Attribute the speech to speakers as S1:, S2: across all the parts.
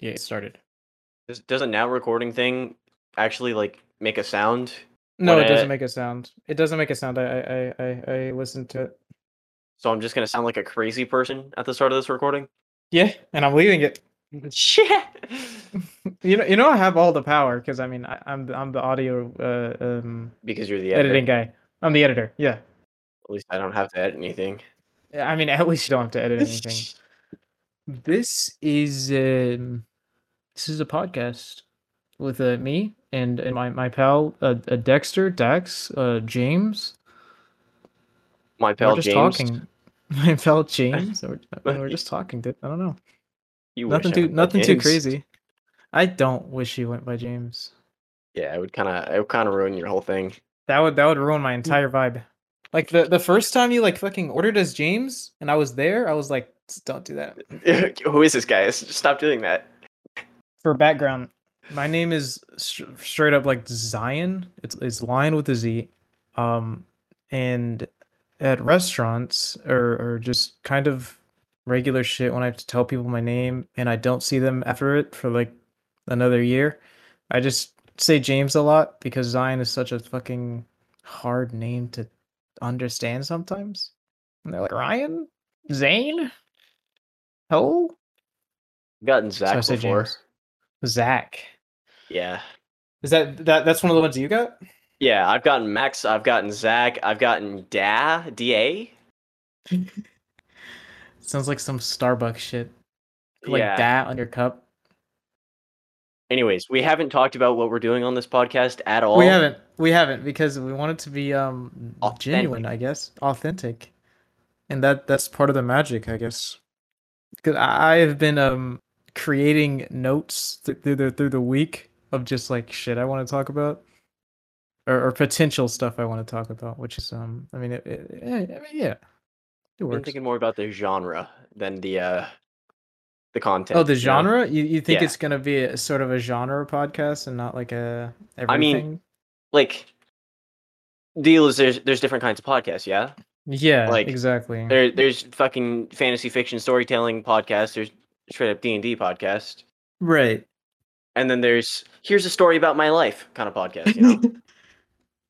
S1: Yeah, it started.
S2: Does, does a now recording thing actually like make a sound?
S1: No,
S2: What
S1: it doesn't
S2: a-
S1: make a sound. It doesn't make a sound. I I I I, I listened to it.
S2: So I'm just gonna sound like a crazy person at the start of this recording.
S1: Yeah, and I'm leaving it.
S2: Shit.
S1: Mm-hmm. You know, you know, I have all the power because I mean, I, I'm the- I'm the audio uh, um,
S2: because you're the editor.
S1: editing guy. I'm the editor. Yeah.
S2: At least I don't have to edit anything.
S1: I mean, at least you don't have to edit anything. this is um, this is a podcast with uh, me and, and my my pal uh, uh, Dexter Dex uh, James.
S2: My pal
S1: we're just
S2: James.
S1: talking. My pal James. We're, we're just talking. Dude. I don't know.
S2: You
S1: Nothing
S2: wish I
S1: too
S2: went by
S1: nothing too
S2: James.
S1: crazy. I don't wish you went by James.
S2: Yeah, it would kind of it would kind of ruin your whole thing.
S1: That would that would ruin my entire vibe. Mm. Like the the first time you like fucking ordered as James and I was there, I was like, "Just don't do that.
S2: Who is this guy? S- Stop doing that.
S1: For background, my name is str- straight up like Zion. It's it's lion with a Z. Um, and at restaurants or or just kind of regular shit when I have to tell people my name and I don't see them after it for like another year, I just say James a lot because Zion is such a fucking hard name to understand sometimes. And they're like Ryan, Zane, Hell,
S2: I've gotten Zach
S1: said
S2: before.
S1: James. Zach.
S2: Yeah,
S1: Is that that that's one of the ones you got?
S2: yeah. I've gotten Max. I've gotten Zach. I've gotten Da Da.
S1: Sounds like some Starbucks shit. Put, Like
S2: yeah.
S1: that on your cup.
S2: Anyways, we haven't talked about what we're doing on this podcast at all.
S1: We haven't. We haven't because we want it to be um genuine,
S2: Authentic.
S1: I guess, authentic, and that that's part of the magic, I guess. Because I have been um creating notes th- through the through the week of just like shit I want to talk about, or, or potential stuff I want to talk about, which is um I mean it, it, yeah, I mean, yeah, it
S2: I'm
S1: works.
S2: thinking more about the genre than the uh the content.
S1: Oh, the
S2: you know?
S1: genre? You, you think
S2: Yeah.
S1: it's gonna be a sort of a genre podcast and not like a everything?
S2: mean- Like, deal is there's there's different kinds of podcasts. Yeah,
S1: Mm-hmm. yeah,
S2: like,
S1: exactly.
S2: there there's fucking fantasy fiction storytelling podcasts. There's straight up D and D podcast,
S1: Right.
S2: and then there's here's a story about my life kind of podcast. You know,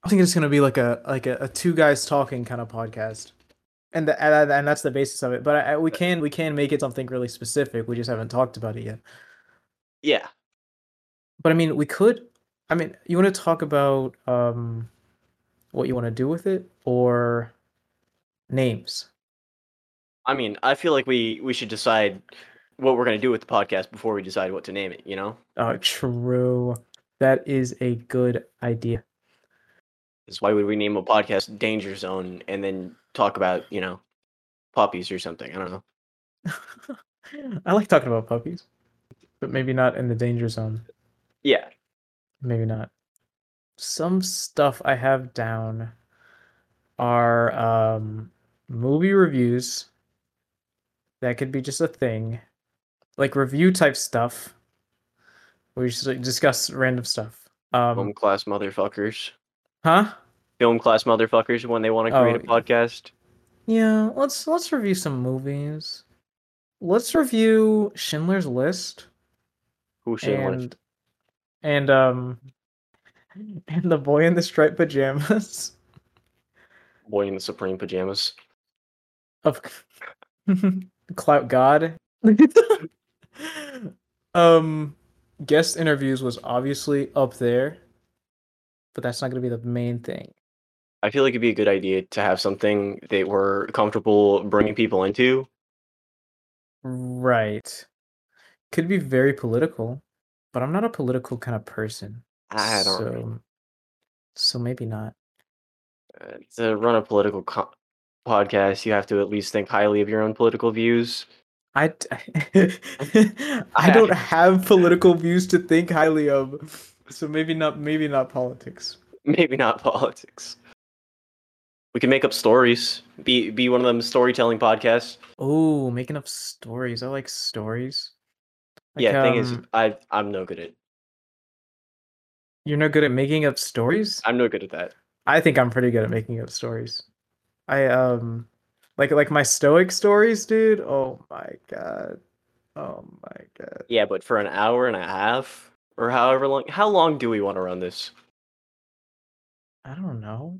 S1: I think it's gonna be like a like a, a two guys talking kind of podcast, and the, and, and that's the basis of it. But I, I- we can we can make it something really specific. We just haven't talked about it yet.
S2: yeah.
S1: But I mean, we could. I mean, you want to talk about um, what you want to do with it or names?
S2: I mean, I feel like we we should decide what we're gonna do with the podcast before we decide what to name it. You know,
S1: Oh, true. That is a good idea.
S2: That's why would we name a podcast Danger Zone and then talk about you know puppies or something? I don't know.
S1: I like talking about puppies, but maybe not in the danger zone.
S2: Yeah,
S1: Maybe not. Some stuff I have down are um, movie reviews. That could be just a thing, like review type stuff. We just like, discuss random stuff.
S2: film
S1: Um,
S2: class motherfuckers.
S1: huh?
S2: Film class motherfuckers when they want to create
S1: Oh,
S2: a podcast.
S1: Yeah, let's let's review some movies. Let's review Schindler's List.
S2: Who should want
S1: and
S2: to?
S1: and um and the boy in the striped pajamas
S2: Boy in the Supreme pajamas.
S1: of clout god um guest interviews was obviously up there but that's not going to be the main thing
S2: I feel like it'd be a good idea to have something that we're comfortable bringing people into.
S1: right could be very political but i'm not a political kind of person
S2: I don't. know.
S1: so so maybe not
S2: uh, to run a political co- podcast, you have to at least think highly of your own political views.
S1: I, d- I don't have political views to think highly of, so maybe not maybe not politics.
S2: Maybe not politics. We can make up stories. Be be one of them storytelling podcasts.
S1: Oh, making up stories. I like stories. Like,
S2: yeah, thing is,
S1: um,
S2: I I'm no good at
S1: you're not good at making up stories.
S2: I'm no good at that.
S1: I think I'm pretty good at making up stories. I um, like like my stoic stories, dude. Oh my god, oh my god.
S2: yeah, but for an hour and a half or however long, how long do we want to run this?
S1: I don't know.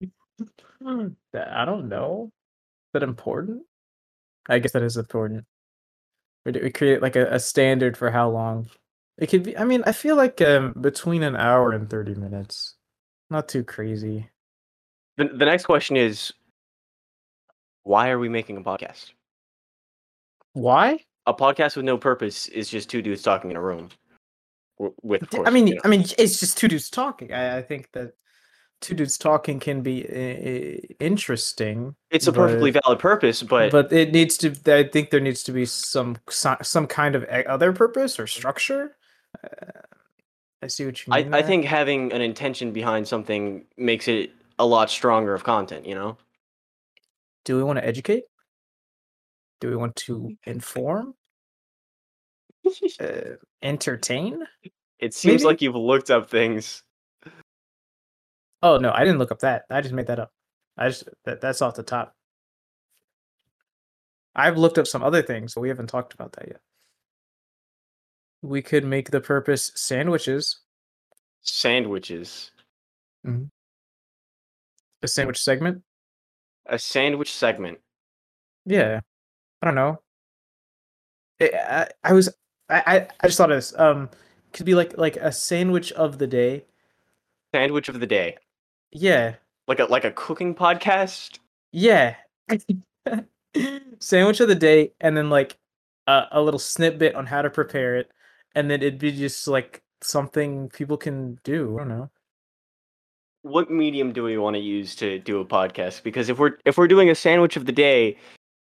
S1: That- I don't know. Is that important? I guess that is important. We, do- we create like a, a standard for how long it could be. I mean, I feel like um, between an hour and 30 minutes. Not too crazy.
S2: The, the next question is why are we making a podcast?
S1: Why?
S2: A podcast with no purpose is just two dudes talking in a room. W- With, of
S1: D-
S2: course,
S1: I mean,
S2: you know,
S1: I mean, it's just two dudes talking. I, I think that two dudes talking can be uh, interesting,
S2: it's a perfectly
S1: but-
S2: valid purpose, but,
S1: but it needs to. I think there needs to be some si- some kind of e- other purpose or structure. Uh, I see what you
S2: I,
S1: mean.
S2: I
S1: there.
S2: think having an intention behind something makes it a lot stronger of content, you know?
S1: Do we want to educate? Do we want to
S2: Mm-hmm.
S1: inform? Uh, entertain?
S2: It seems
S1: Maybe-
S2: like you've looked up things.
S1: Oh no, I didn't look up that. I just made that up. I just that, that's off the top. I've looked up some other things, but we haven't talked about that yet. We could make the purpose sandwiches,
S2: Sandwiches.
S1: a sandwich segment.
S2: A sandwich segment.
S1: Yeah, I don't know. I I, I was I I- I just thought of this. Um, could be like like a sandwich of the day.
S2: Sandwich of the day.
S1: Yeah,
S2: Like a like a cooking podcast.
S1: Yeah. Sandwich of the day, and then like a, a little snippet on how to prepare it, and then it'd be just like something people can do. I don't know.
S2: What medium do we want to use to do a podcast? Because if we're if we're doing a sandwich of the day,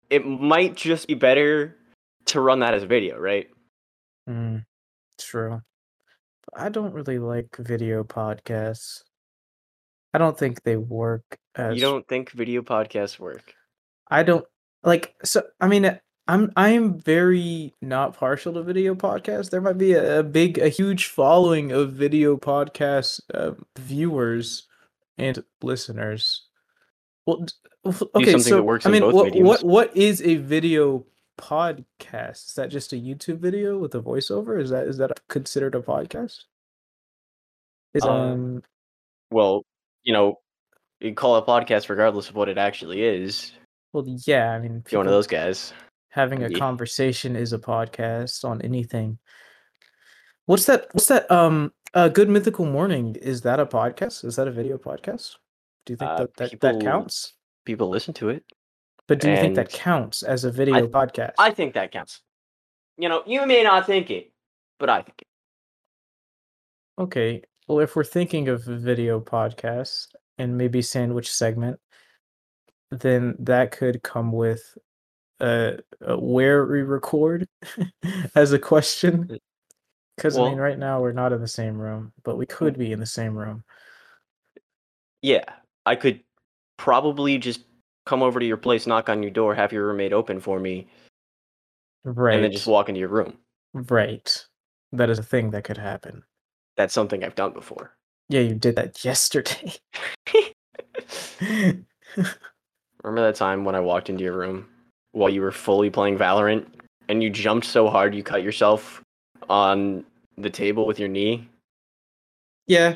S2: it might just be better to run that as a video, right?
S1: Mm, true. But I don't really like video podcasts. I don't think they work as
S2: You don't think video podcasts work?
S1: I don't like so I mean uh, I'm I am very not partial to video podcasts. There might be a, a big a huge following of video podcast uh, viewers and listeners. Well, d- well, f- okay,
S2: something
S1: so
S2: that works
S1: I
S2: in
S1: mean
S2: both
S1: what,
S2: mediums.
S1: what what is a video podcast? Is that just a YouTube video with a voiceover? Is that is that considered a podcast? Is
S2: Uh,
S1: um
S2: Well, you know, you call a podcast regardless of what it actually is.
S1: well yeah, I mean
S2: If you're one of
S1: people-
S2: those guys.
S1: having a
S2: Yeah.
S1: conversation is a podcast on anything what's that what's that um uh good mythical morning is that a podcast is that a video podcast do you think
S2: Uh,
S1: that that,
S2: people-
S1: that counts
S2: People listen to it.
S1: but do you think that
S2: and-
S1: counts as a video podcast
S2: I think that counts. You know, you may not think it, but I think it.
S1: okay well if we're thinking of a video podcast and maybe sandwich segment then that could come with uh, uh where we record as a question Because I mean,
S2: Mm. Well- Mm.
S1: right now we're not in the same room, but we could be in the same room.
S2: Yeah, I could probably just come over to your place, knock on your door, have your roommate open for me,
S1: Right.
S2: and then just walk into your room.
S1: right. That is a thing that could happen.
S2: That's something I've done before.
S1: Yeah, you did that yesterday. I
S2: Remember that time when I walked into your room while you were fully playing Valorant and you jumped so hard you cut yourself on the table with your knee?
S1: Yeah.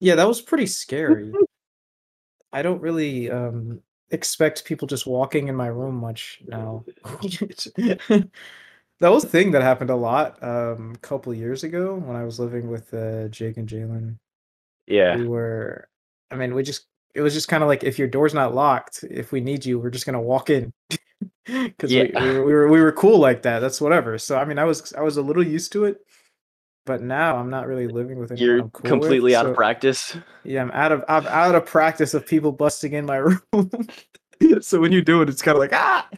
S1: Yeah, that was pretty scary. I don't really um expect people just walking in my room much now. that was a thing that happened a lot um a couple years ago when I was living with uh, Jake and Jalen.
S2: Yeah.
S1: We were I mean, we just it was just kind of like if your door's not locked, if we need you, we're just gonna walk in. Because we,
S2: Yeah.
S1: we, were- we were we were cool like that. That's whatever. So I mean, I was I was a little used to it, but now I'm not really living with anyone.
S2: You're
S1: I'm cool with,
S2: completely out of
S1: so-
S2: practice.
S1: yeah, I'm out of I'm out of practice of people busting in my room. so when you do it, it's kind of like ah.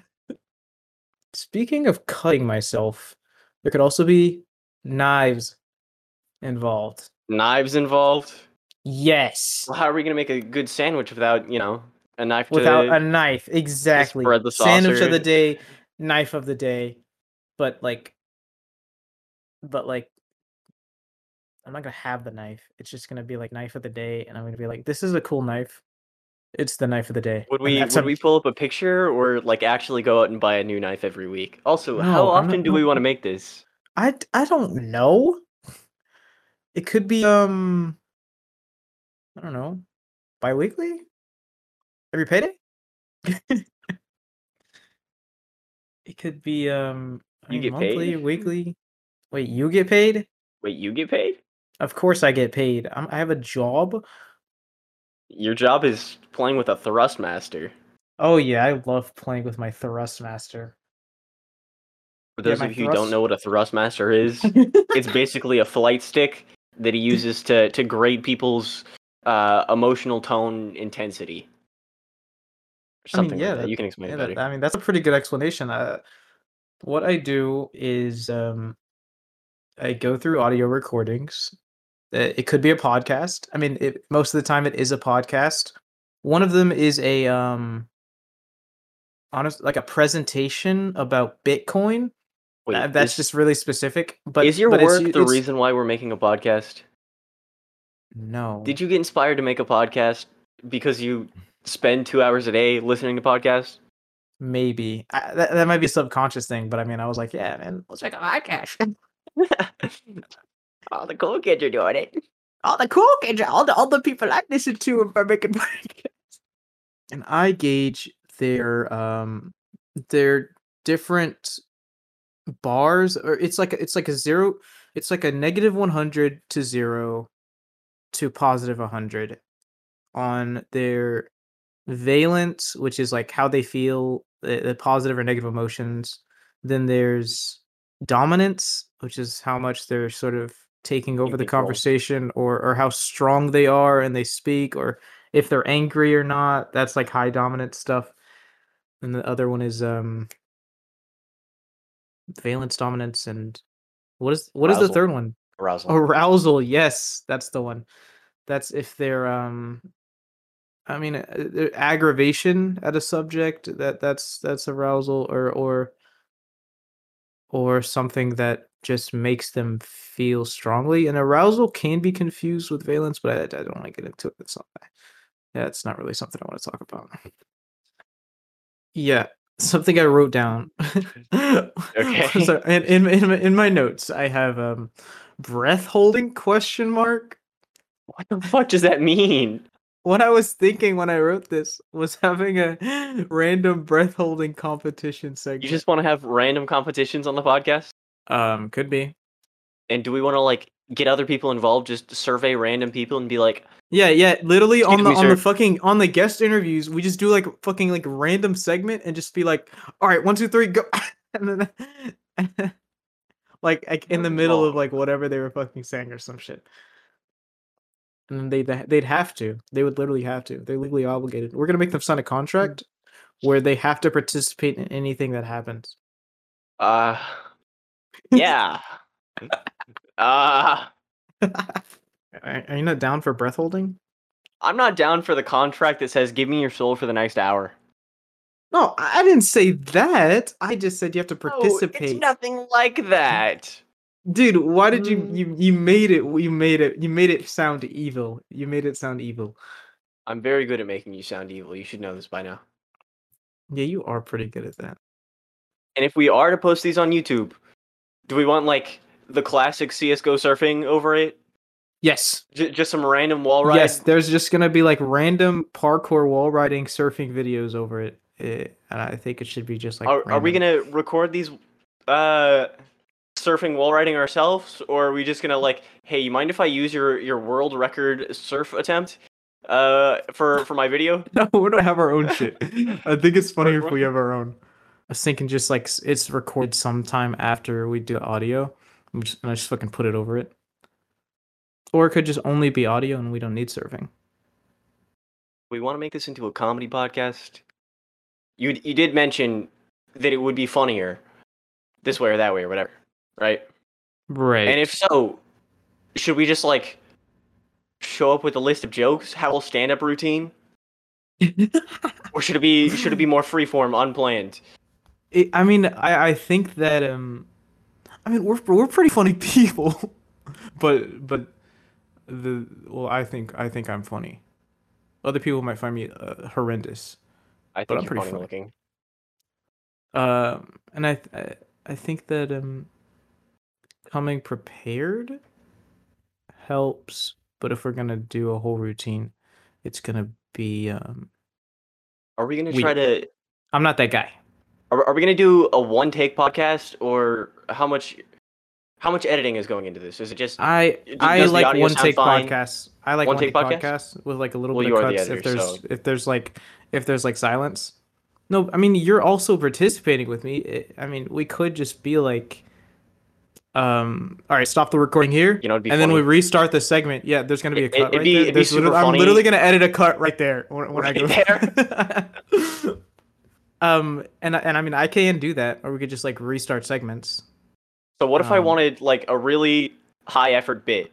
S1: Speaking of cutting myself, there could also be knives involved.
S2: Knives involved.
S1: Yes,
S2: Well, how are we going to make a good sandwich without, you know, a knife
S1: without
S2: to
S1: a knife, exactly.
S2: spread the
S1: Sandwich of the
S2: saucer.
S1: day, knife of the day, but like, but like. I'm not gonna have the knife. It's just gonna be like knife of the day, and I'm gonna be like, "This is a cool knife. It's the knife of the day."
S2: Would
S1: and
S2: we
S1: that's
S2: would
S1: a-
S2: we pull up a picture or like actually go out and buy a new knife every week? Also,
S1: No,
S2: how
S1: I'm
S2: often
S1: not-
S2: do
S1: no.
S2: we want to make this?
S1: I d- I don't know. It could be um I don't know. Bi-weekly? Every payday? it could be um I
S2: You
S1: mean,
S2: get paid?
S1: monthly, weekly. Wait, you get paid?
S2: Wait, you get paid?
S1: Of course I get paid. I'm, I have a job.
S2: Your job is playing with a thrustmaster.
S1: Oh yeah, I love playing with my Thrustmaster.
S2: For
S1: Yeah,
S2: those
S1: my
S2: of you who don't
S1: thrust-
S2: know what a thrustmaster is, it's basically a flight stick that he uses to to grade people's uh, emotional tone intensity. Or
S1: I mean,
S2: Something
S1: yeah,
S2: like that.
S1: that-
S2: You can explain
S1: Yeah,
S2: it better.
S1: that, I mean that's a pretty good explanation. Uh, what I do is um, I go through audio recordings. Uh, It could be a podcast. I mean, it, most of the time it is a podcast. One of them is a um, honest like a presentation about Bitcoin.
S2: Wait,
S1: That- that's
S2: is,
S1: just really specific. But
S2: is your
S1: but it's
S2: work
S1: u-
S2: the
S1: it's-
S2: reason why we're making a podcast?
S1: No.
S2: Did you get inspired to make a podcast because you spend two hours a day listening to podcasts?
S1: Maybe I, that that might be a subconscious thing, but I mean, I was like, "Oh, yeah, man, let's make a podcast.
S2: All the cool kids are doing it.
S1: all the cool kids, all the all the people I listen to are making podcasts. And I gauge their um their different bars, or it's like a- it's like a zero, it's like a negative one hundred to zero to positive one hundred on their valence, which is like how they feel the, the positive or negative emotions. Then there's dominance, which is how much they're sort of taking over the
S2: control.
S1: conversation or or how strong they are and they speak or if they're angry or not. That's like high dominance stuff. And the other one is um valence dominance and what is what is the
S2: Arousal.
S1: third one?
S2: Arousal.
S1: arousal yes that's the one that's if they're um i mean uh, uh, aggravation at a subject that that's that's arousal or or or something that just makes them feel strongly and arousal can be confused with valence but i, I don't want to get into it it's not that's not really something i want to talk about yeah something i wrote down
S2: Okay.
S1: so in, in, in, my- in my notes i have um breath holding question mark
S2: What the fuck does that mean?
S1: what i was thinking when i wrote this was having a random breath holding competition segment
S2: You just want to have random competitions on the podcast?
S1: um could be
S2: And do we want to like get other people involved? Just survey random people and be like,
S1: yeah yeah literally on the
S2: Excuse me,
S1: on the
S2: sir.
S1: fucking on the guest interviews we just do like fucking like random segment and just be like all right one two three go and then like like, in the middle of
S2: Wrong.
S1: like whatever they were fucking saying or some shit and then they'd, ha- they'd have to they would literally have to they're legally obligated we're going to make them sign a contract where they have to participate in anything that happens
S2: uh, yeah. uh,
S1: are, are you not down for breath holding
S2: I'm not down for the contract that says, give me your soul for the next hour.
S1: no i I didn't say that i just said you have to
S2: No,
S1: participate
S2: it's nothing like that.
S1: dude why did you
S2: Mm.
S1: you you made it you made it you made it sound evil you made it sound evil
S2: I'm very good at making you sound evil. You should know this by now.
S1: yeah you are pretty good at that
S2: And if we are to post these on YouTube, do we want like the classic CSGO surfing over it?
S1: yes
S2: J- just some random wall ride?
S1: yes there's just gonna be like random parkour wall riding surfing videos over it Eh, and i think it should be just like
S2: are, are we
S1: random.
S2: gonna record these uh surfing wall riding ourselves or are we just gonna like hey you mind if i use your your world record surf attempt uh for for my video
S1: No, we don't have our own shit. I think it's funnier
S2: Right,
S1: if we have our own. I was thinking just like s- it's recorded sometime after we do audio. I'm just, and I just fucking put it over it. Or it could just only be audio and we don't need surfing.
S2: we want to make this into a comedy podcast you d- you did mention that it would be funnier this way or that way or whatever right
S1: Right.
S2: and if so should we just like show up with a list of jokes have a whole stand-up routine or should it be should it be more freeform unplanned
S1: it, I mean, I, I think that um, I mean we're we're pretty funny people, but but the well I think I think I'm funny. Other people might find me uh, horrendous.
S2: i think
S1: But I'm
S2: you're
S1: pretty
S2: funny
S1: funny.
S2: looking
S1: Um, and I, th- I I think that um, coming prepared helps, but if we're gonna do a whole routine, it's gonna be um
S2: Are we gonna
S1: We-
S2: try to?
S1: I'm not that guy.
S2: Are, are we gonna do a one take podcast or how much? How much editing is going into this? Is it just?
S1: I
S2: Does
S1: I
S2: the
S1: like
S2: audio
S1: one
S2: sound
S1: take
S2: fine?
S1: podcasts. I like one take podcasts with like a little
S2: Well,
S1: bit
S2: you
S1: of
S2: are the
S1: cuts if
S2: editor,
S1: there's
S2: so-
S1: if there's like if there's like silence. No, I mean you're also participating with me. It- I mean we could just be like, um, all right, stop the recording here,
S2: You know, it'd be
S1: and then we
S2: funny.
S1: restart the segment. Yeah, there's gonna be a
S2: It-
S1: cut
S2: it'd
S1: right
S2: be-
S1: there.
S2: it'd be
S1: There's
S2: super
S1: literally- I'm
S2: funny.
S1: literally gonna edit a cut right there when, when I
S2: Right
S1: go
S2: there.
S1: um, and I- and I mean I can do that, or we could just like restart segments.
S2: So what if I
S1: Um,
S2: wanted like a really high effort bit?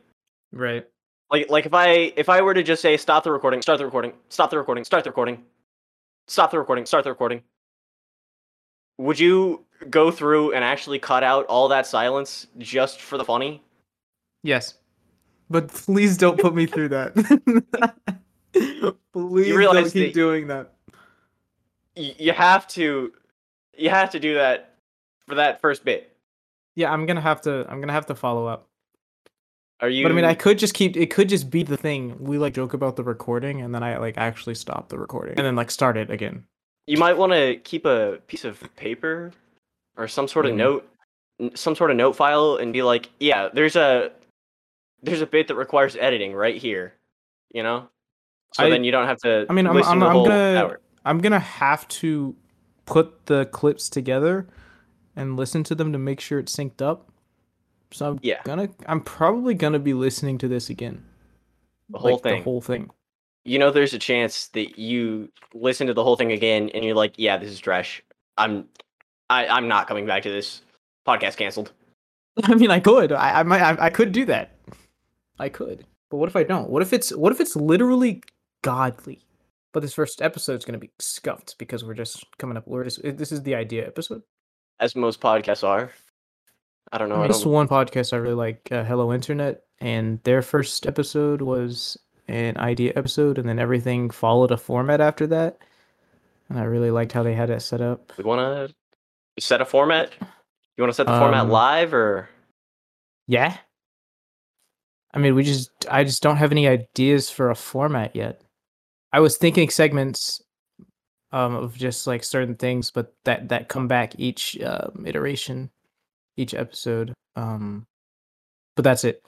S1: Right.
S2: Like like if I if I were to just say stop the recording, start the recording, stop the recording, start the recording, stop the recording, start the recording. Would you go through and actually cut out all that silence just for the funny?
S1: Yes. But please don't put me through that. please
S2: realize
S1: don't keep
S2: that-
S1: doing that.
S2: Y- you have to you have to do that for that first bit.
S1: Yeah, I'm gonna have to. I'm gonna have to follow up.
S2: Are you
S1: But I mean, I could just keep. It could just be the thing we like joke about the recording, and then I like actually stop the recording and then like start it again.
S2: you might want to keep a piece of paper or some sort of
S1: Mhm.
S2: note n- some sort of note file and be like yeah there's a there's a bit that requires editing right here you know so
S1: I-
S2: then you don't have to
S1: I mean, I'm-
S2: listen
S1: I'm-
S2: to the
S1: I'm
S2: whole
S1: gonna-
S2: hour.
S1: I'm gonna have to put the clips together and listen to them to make sure it's synced up. So I'm
S2: Yeah.
S1: gonna. I'm probably gonna be listening to this again.
S2: the whole
S1: like,
S2: thing
S1: The whole thing.
S2: you know there's a chance that you listen to the whole thing again and you're like yeah this is trash i'm I, i'm not coming back to this podcast canceled
S1: I mean, I could. I, I might. I, I could do that. I could. But what if I don't? What if it's? What if it's literally godly? But this first episode's gonna be scuffed because we're just coming up. We're just. it- This is the idea episode.
S2: as most podcasts are i don't know I
S1: This
S2: don't,
S1: one podcast I really like, uh, Hello Internet, and their first episode was an idea episode, and then everything followed a format after that. And I really liked how they had it set up.
S2: we want to set a format you want to set the format
S1: Um,
S2: live or
S1: Yeah. I mean, we just I just don't have any ideas for a format yet. I was thinking segments um of just like certain things but that that come back each um, iteration, each episode. Um but that's it.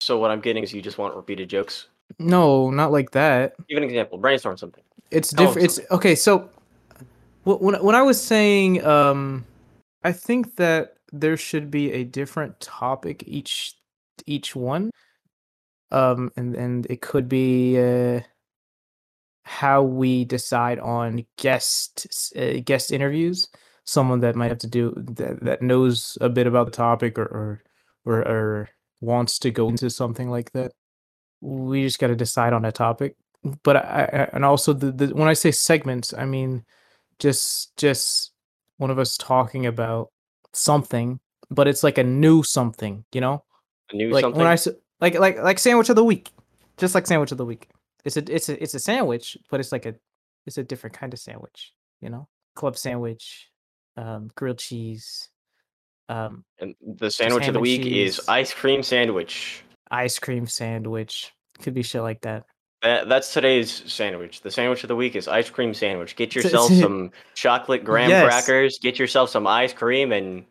S2: So what I'm getting is you just want repeated jokes.
S1: No, not like that.
S2: Give an example. Brainstorm something.
S1: It's
S2: Tell 'em
S1: different it's okay, so wh- when when I was saying um I think that there should be a different topic each each one. Um and and it could be uh how we decide on guest s- uh, guest interviews, someone that might have to do that, that knows a bit about the topic or or or, or wants to go into something like that. We just got to decide on a topic. But I, I and also the, the when I say segments, I mean just just one of us talking about something, but it's like a new something, you know?
S2: A new
S1: like
S2: something.
S1: when I s- like like like sandwich of the week, just like sandwich of the week. It's a it's a it's a sandwich, but it's like a it's a different kind of sandwich. You know, club sandwich, um, grilled cheese, um,
S2: and the sandwich of the
S1: ham and
S2: week is
S1: cheese.
S2: ice cream sandwich.
S1: ice cream sandwich. Could be shit like that.
S2: That, that's today's sandwich. The sandwich of the week is ice cream sandwich. Get
S1: S-
S2: yourself
S1: s-
S2: some chocolate graham
S1: Yes.
S2: crackers. Get yourself some ice cream and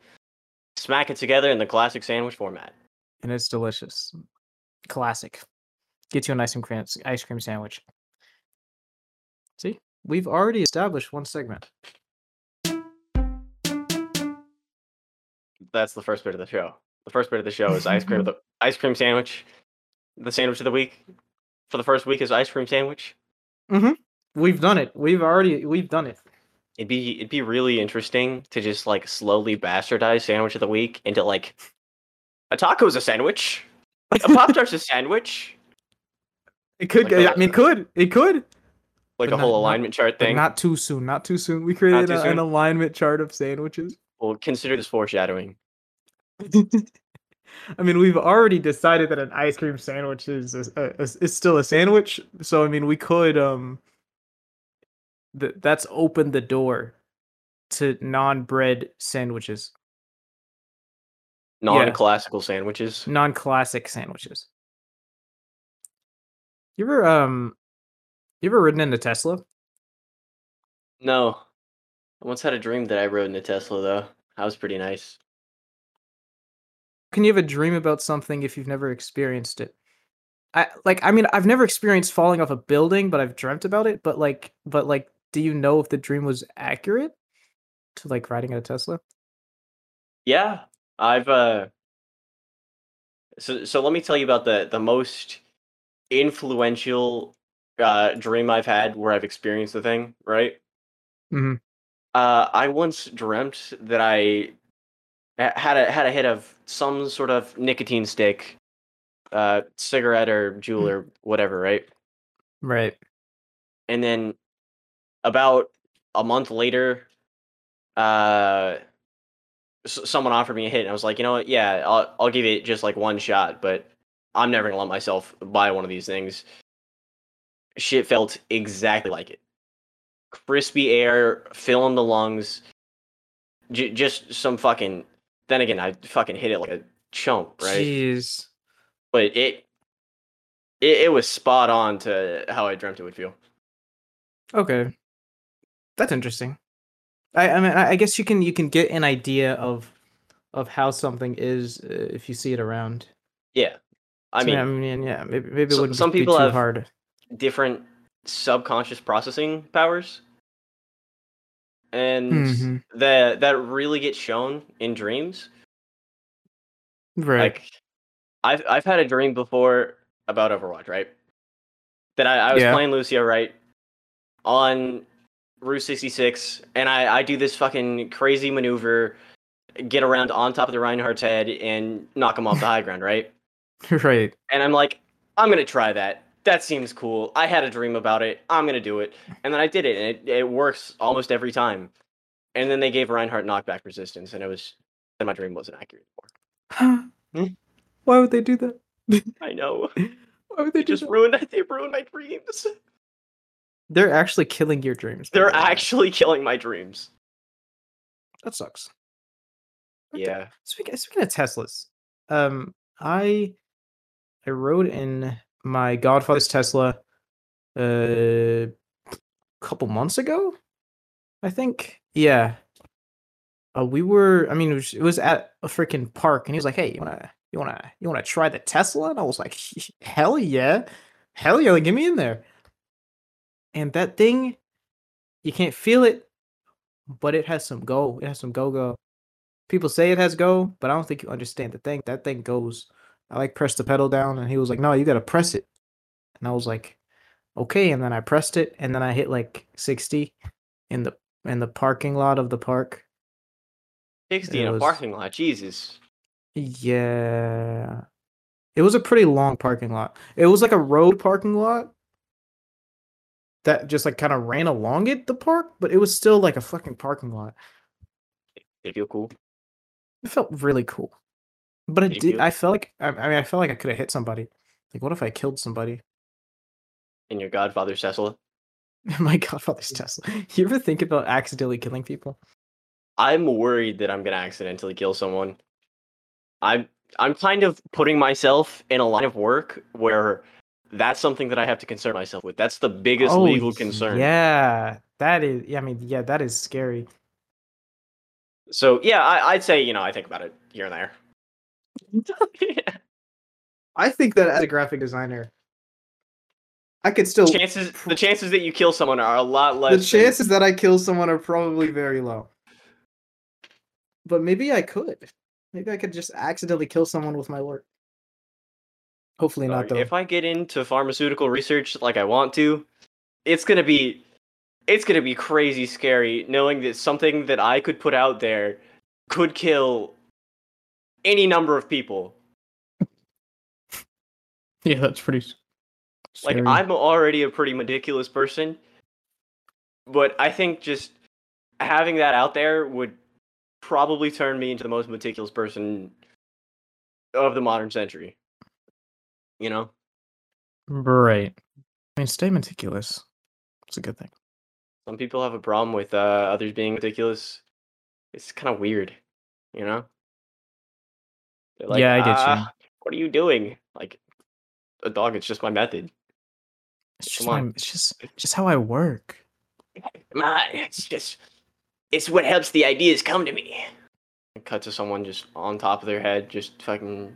S2: smack it together in the classic sandwich format.
S1: and it's delicious. Classic. Get you an ice cream cran- ice cream sandwich. See, we've already established one segment.
S2: That's the first bit of the show. The first bit of the show is ice cream. with the ice cream sandwich. The sandwich of the week for the first week is ice cream sandwich.
S1: We've done it. We've already we've done it.
S2: It'd be it'd be really interesting to just like slowly bastardize sandwich of the week into like a taco's a sandwich, a pop tart's a sandwich,
S1: It could.
S2: Like
S1: get-
S2: a-
S1: I mean, it could. It could. But
S2: like a
S1: not-
S2: whole
S1: not-
S2: alignment chart
S1: But
S2: thing.
S1: not too soon. Not too soon. We created
S2: too
S1: a-
S2: soon?
S1: an alignment chart of sandwiches.
S2: well, consider this foreshadowing.
S1: I mean, we've already decided that an ice cream sandwich is a, a- is is still a sandwich. So I mean, we could um. Th- that's opened the door to non-bread sandwiches.
S2: non-classical sandwiches.
S1: non-classic sandwiches. You ever um, you ever ridden in a Tesla?
S2: No, I once had a dream that I rode in a Tesla though. That was pretty nice.
S1: Can you have a dream about something if you've never experienced it? I like. I mean, I've never experienced falling off a building, but I've dreamt about it. But like, but like, do you know if the dream was accurate to like riding in a Tesla?
S2: Yeah, I've uh so so let me tell you about the the most influential uh dream I've had where I've experienced the thing, right?
S1: Mhm.
S2: Uh I once dreamt that I ha- had a had a hit of some sort of nicotine stick, uh cigarette or jewel or whatever, right?
S1: Right.
S2: and then about a month later uh s- someone offered me a hit and i was like you know what yeah i'll, I'll give it just like one shot but i'm never gonna let myself buy one of these things shit felt exactly like it crispy air filling the lungs j- just some fucking then again i fucking hit it like a chump right
S1: Jeez.
S2: but it, it it was spot on to how i dreamt it would feel
S1: Okay. That's interesting. I, I mean, I I guess you can you can get an idea of of how something is uh, if you see it around.
S2: yeah i
S1: So,
S2: mean
S1: I mean, yeah, maybe maybe it
S2: so-
S1: wouldn't
S2: some
S1: be
S2: people
S1: too
S2: have-
S1: hard.
S2: different subconscious processing powers and
S1: Mhm.
S2: that that really gets shown in dreams
S1: Right.
S2: like i've i've had a dream before about overwatch right that i, I was
S1: Yeah.
S2: playing lucio right on route 66 and i i do this fucking crazy maneuver get around on top of the reinhardt's head and knock him off the high ground right
S1: right.
S2: and I'm like, I'm gonna try that. That seems cool. I had a dream about it. I'm gonna do it. And then I did it, and it, it works almost every time. And then they gave Reinhardt knockback resistance, and it was then my dream wasn't accurate
S1: Hmm? Why would they do that?
S2: anymore. I know.
S1: Why would
S2: They
S1: they do
S2: just
S1: that?
S2: ruined they ruined my dreams.
S1: They're actually killing your dreams. by
S2: They're
S1: the way.
S2: actually killing my dreams.
S1: that sucks. Okay.
S2: Yeah.
S1: Speaking uh, speaking of Teslas, um, I I rode in my godfather's Tesla a couple months ago, I think. Yeah. Uh, we were. I mean, it was, it was at a freaking park, and he was like, "Hey, you wanna, you wanna, you wanna try the Tesla?" And I was like, "Hell yeah, hell yeah, like, get me in there." And that thing, you can't feel it, but it has some go. It has some go go people say it has go, but I don't think you understand the thing. That thing goes. I like pressed the pedal down, and he was like, "No, you gotta press it." And I was like, "Okay." And then I pressed it, and then I hit like sixty in the in the parking lot of the park.
S2: Sixty
S1: It
S2: in a
S1: was-
S2: parking lot. Jesus.
S1: Yeah, it was a pretty long parking lot. It was like a road parking lot that just like kind of ran along it, the park, but it was still like a fucking parking lot.
S2: Did it feel cool?
S1: It felt really cool, but it
S2: Did
S1: did.
S2: you?
S1: I felt like I, I mean, I felt like I could have hit somebody. Like, what if I killed somebody?
S2: In your Godfather's Tesla?
S1: Oh My godfather's Tesla. You ever think about accidentally killing people?
S2: I'm worried that I'm gonna accidentally kill someone. I'm I'm kind of putting myself in a line of work where that's something that I have to concern myself with. That's the biggest legal
S1: Oh,
S2: concern.
S1: Yeah, that is. yeah, I mean, yeah, that is scary.
S2: So yeah, I, I'd say you know I think about it here and there.
S1: I think that as a graphic designer, I could still.
S2: chances the chances that you kill someone are a lot less.
S1: the
S2: than-
S1: chances that I kill someone are probably very low. But maybe I could. Maybe I could just accidentally kill someone with my work. Hopefully not, though.
S2: if I get into pharmaceutical research like I want to, it's gonna be it's gonna be crazy scary knowing that something that I could put out there could kill any number of people.
S1: yeah, that's pretty.
S2: Like I'm already a pretty meticulous person, but I think just having that out there would probably turn me into the most meticulous person of the modern century. You know?
S1: right. I mean, stay meticulous. It's a good thing.
S2: some people have a problem with uh, others being ridiculous. It's kind of weird, you know. They're like,
S1: Yeah, I get you.
S2: "Ah, What are you doing? Like, a dog. It's just my method.
S1: It's just
S2: Come on.
S1: my, it's just it's just how I work.
S2: My, it's just, it's what helps the ideas come to me. Cut to someone just on top of their head, just fucking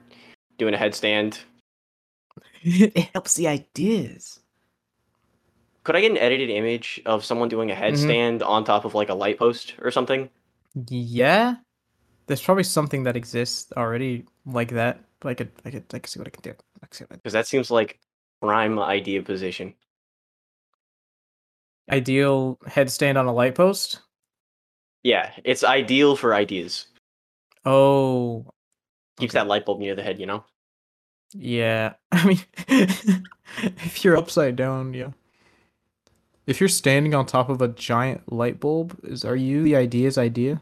S2: doing a headstand.
S1: it helps the ideas.
S2: Could I get an edited image of someone doing a headstand on top of like a light post or something?
S1: Yeah, there's probably something that exists already like that. But I could I could I could see what I can do. I could see what I
S2: Because that seems like prime idea position.
S1: Ideal headstand on a light post.
S2: Yeah, it's ideal for ideas.
S1: Oh,
S2: Keeps
S1: Okay.
S2: that light bulb near the head, you know?
S1: Yeah, I mean, if you're upside down, yeah. If you're standing on top of a giant light bulb, is are you the idea's idea?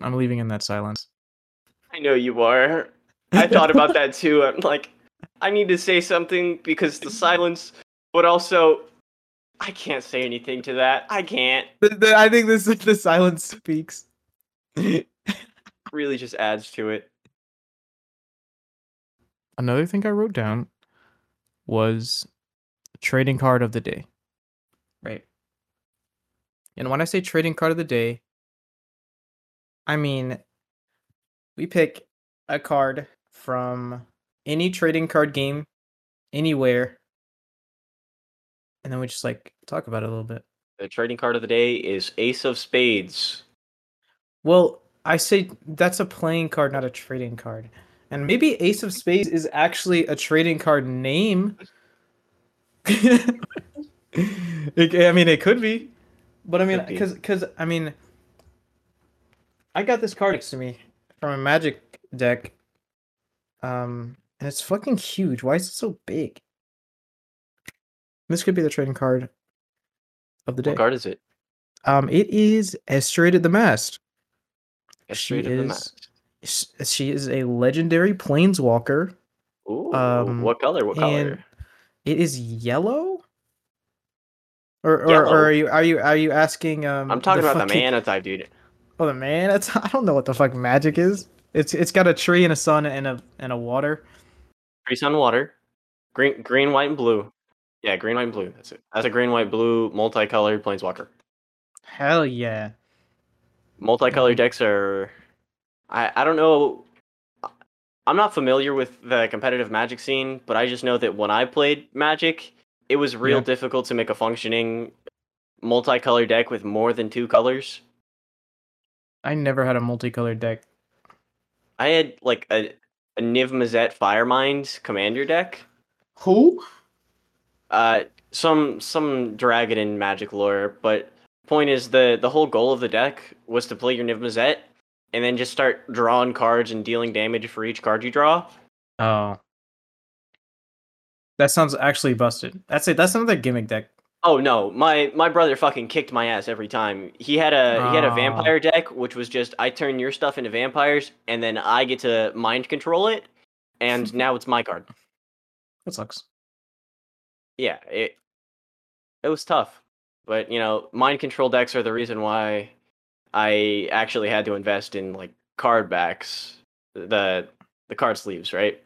S1: I'm leaving in that silence.
S2: I know you are. I thought about that too. I'm like, I need to say something because the silence, but also, I can't say anything to that. I can't.
S1: The, the, I think this the silence speaks.
S2: Really just adds to it.
S1: Another thing I wrote down was trading card of the day. Right. And when I say trading card of the day, I mean we pick a card from any trading card game anywhere and then we just like talk about it a little bit.
S2: The trading card of the day is Ace of Spades.
S1: Well, I say that's a playing card, not a trading card. And maybe Ace of Spades is actually a trading card name. It- I mean, it could be, but I mean,
S2: Could be.
S1: because because I mean, I got this card next to me from a Magic deck, um, and it's fucking huge. Why is it so big? This could be the trading card of the day.
S2: What card is it?
S1: Um, it is Estrade at the Mast.
S2: It's
S1: She
S2: Straight of the
S1: is-
S2: Mast.
S1: Sh- She is a legendary planeswalker.
S2: Ooh,
S1: um,
S2: what color? What
S1: and
S2: color?
S1: It is yellow. Or or,
S2: Yellow?
S1: or are you are you are you asking? Um,
S2: I'm talking about the
S1: fucking-
S2: mana type, dude.
S1: Oh, the man. It's, I don't know what the fuck magic is. It's it's got a tree and a sun and a and a water.
S2: Three sun water, green, green, white, and blue. Yeah, green, white, and blue. That's it. That's a green, white, blue, multicolored planeswalker.
S1: Hell yeah.
S2: multicolored decks are I, I don't know I'm not familiar with the competitive magic scene, but I just know that when I played magic, it was real
S1: Yeah.
S2: difficult to make a functioning multicolored deck with more than two colors.
S1: I never had a multicolored deck.
S2: I had like a a Niv Mizzet Firemind commander deck.
S1: Who?
S2: uh some some dragon in magic lore but point is the the whole goal of the deck was to play your niv mizzet and then just start drawing cards and dealing damage for each card you draw
S1: Oh. That sounds actually busted. That's it. That's another gimmick deck.
S2: oh no my my brother fucking kicked my ass every time he had a he had a
S1: Ah.
S2: vampire deck which was just i turn your stuff into vampires and then i get to mind control it and now it's my card
S1: That sucks.
S2: yeah, it it was tough, but you know, mind control decks are the reason why I actually had to invest in like card backs, the the card sleeves, right?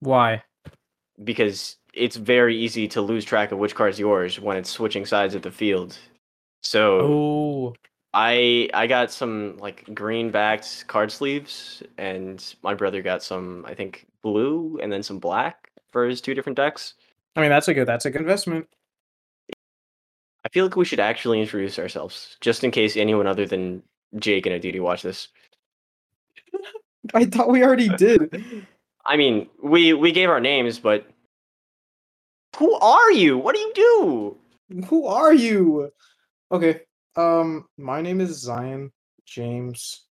S1: Why?
S2: Because it's very easy to lose track of which card's yours when it's switching sides of the field. So
S1: Oh.
S2: I I got some like green backed card sleeves, and my brother got some I think blue and then some black for his two different decks.
S1: I mean, that's a good. That's a good investment.
S2: I feel like we should actually introduce ourselves, just in case anyone other than Jake and Aditi watch this.
S1: I thought we already did.
S2: I mean, we we gave our names, but who are you? What do you do?
S1: Who are you? Okay. Um, my name is Zion James.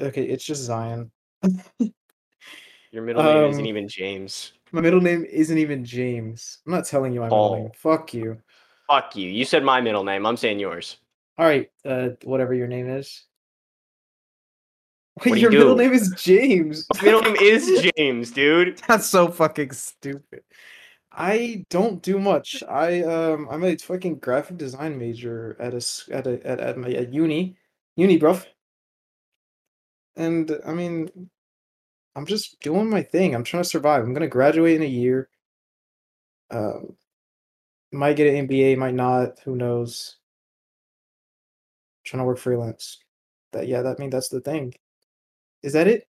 S1: Okay, it's just Zion.
S2: Your middle name isn't
S1: Um,
S2: even James.
S1: My middle name isn't even James. I'm not telling you my middle name.
S2: Paul.
S1: Fuck you.
S2: Fuck you. You said my middle name. I'm saying yours.
S1: All right. Uh, whatever your name is. Wait,
S2: What do you
S1: your middle
S2: do?
S1: name is James.
S2: My middle name is James, dude.
S1: That's so fucking stupid. I don't do much. I um I'm a fucking graphic design major at a s- at a at, at my at uni, uni bruv. And I mean, I'm just doing my thing. I'm trying to survive. I'm gonna graduate in a year. Um, might get an MBA, might not. Who knows? Trying to work freelance. That yeah, that I mean that's the thing. Is that it?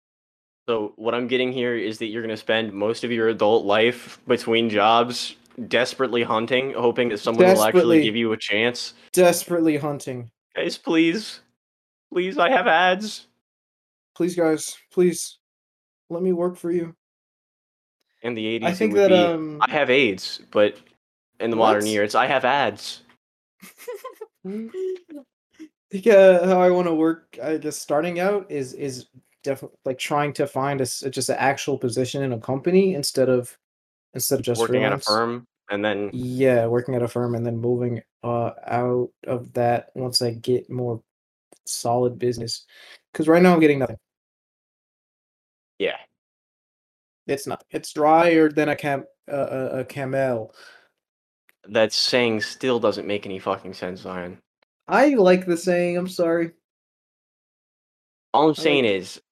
S2: So what I'm getting here is that you're going to spend most of your adult life between jobs desperately hunting, hoping that someone will actually
S1: Desperately.
S2: give you a chance.
S1: Desperately hunting.
S2: Guys, please. Please, I have ads.
S1: Please, guys, please, let me work for you.
S2: In the 80s,
S1: I think
S2: it would
S1: that
S2: be,
S1: um.
S2: I have AIDS, but in the modern
S1: What?
S2: year, it's I have ads.
S1: hmm? think uh, how I want to work, I guess starting out is is definitely like trying to find a s- just an actual position in a company instead of instead of just
S2: working at a
S1: freelance.
S2: firm and then
S1: Yeah, working at a firm and then moving uh out of that once I get more solid business. Because right now I'm getting nothing.
S2: yeah
S1: It's not. It's drier than a cam a, a, a camel.
S2: that saying still doesn't make any fucking sense zion
S1: I like the saying. I'm sorry.
S2: all i'm
S1: like-
S2: saying is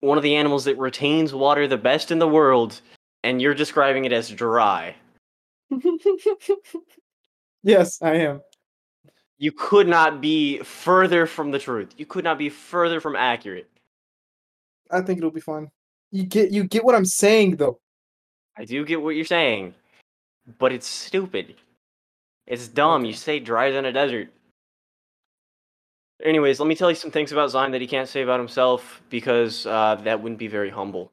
S2: one of the animals that retains water the best in the world and you're describing it as dry
S1: Yes, I am.
S2: you could not be further from the truth you could not be further from accurate
S1: I think it'll be fun. You get you get what I'm saying though.
S2: i do get what you're saying but it's stupid it's dumb you
S1: Okay.
S2: say drier than a desert anyways let me tell you some things about zion that he can't say about himself because uh, that wouldn't be very humble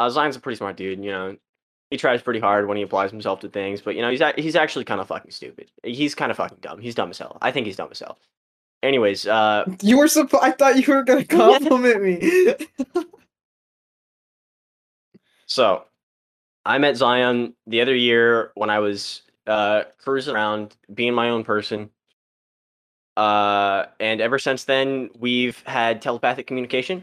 S2: Uh, Zion's a pretty smart dude, you know. He tries pretty hard when he applies himself to things, but you know he's act- he's actually kind of fucking stupid. He's kind of fucking dumb. He's dumb as hell. I think he's dumb as hell. Anyways, uh,
S1: You were supposed. I thought you were gonna compliment me.
S2: so I met Zion the other year when I was uh, cruising around, being my own person. Uh, and ever since then, we've had telepathic communication,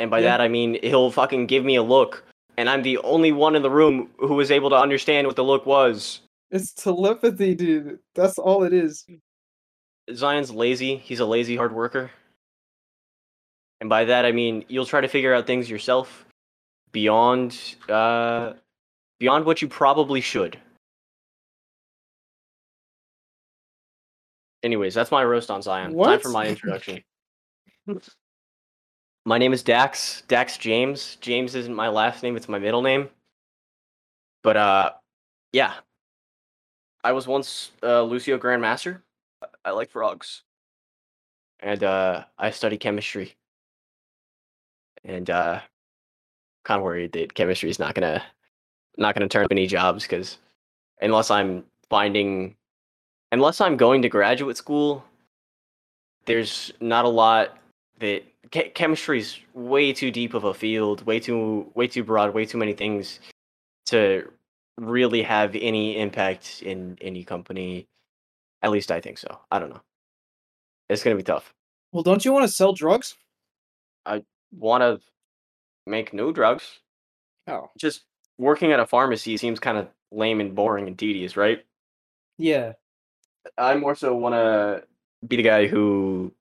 S2: and by
S1: Yeah.
S2: that I mean he'll fucking give me a look, and I'm the only one in the room who was able to understand what the look was.
S1: It's telepathy, dude. That's all it is.
S2: Zion's lazy. He's a lazy hard worker. And by that I mean you'll try to figure out things yourself beyond uh beyond what you probably should. Anyways, that's my roast on Zion. Time
S1: What?
S2: for my introduction. my name is Dax. Dax James. James isn't my last name, it's my middle name. But uh yeah. I was once uh, Lucio Grandmaster. I like frogs. And uh, I study chemistry. And uh, kind of worried that chemistry is not gonna not gonna turn up any jobs because unless I'm finding unless I'm going to graduate school, there's not a lot that che- chemistry is way too deep of a field, way too way too broad, way too many things to really have any impact in any company at least I think so. I don't know. It's gonna be tough.
S1: Well, don't you want to sell drugs?
S2: Want to make new drugs?
S1: Oh,
S2: Just working at a pharmacy seems kind of lame and boring and tedious, right?
S1: yeah.
S2: I more so want to be the guy who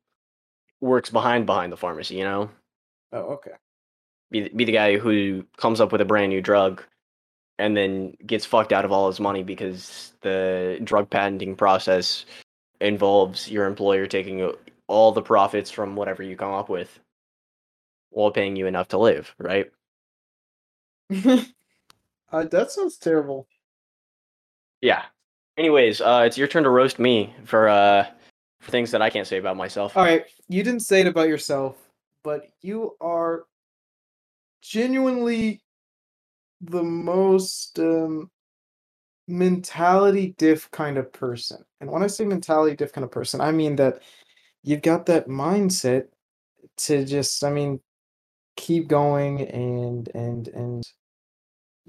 S2: works behind behind the pharmacy. You know,
S1: Oh, okay.
S2: be th- be the guy who comes up with a brand new drug, and then gets fucked out of all his money because the drug patenting process involves your employer taking o- all the profits from whatever you come up with while paying you enough to live, right?
S1: uh, that sounds terrible.
S2: Yeah. Anyways, uh, it's your turn to roast me for uh for things that I can't say about myself.
S1: All right, you didn't say it about yourself, but you are genuinely the most um, mentality diff kind of person. And when I say mentality diff kind of person, I mean that you've got that mindset to just, I mean, keep going and and and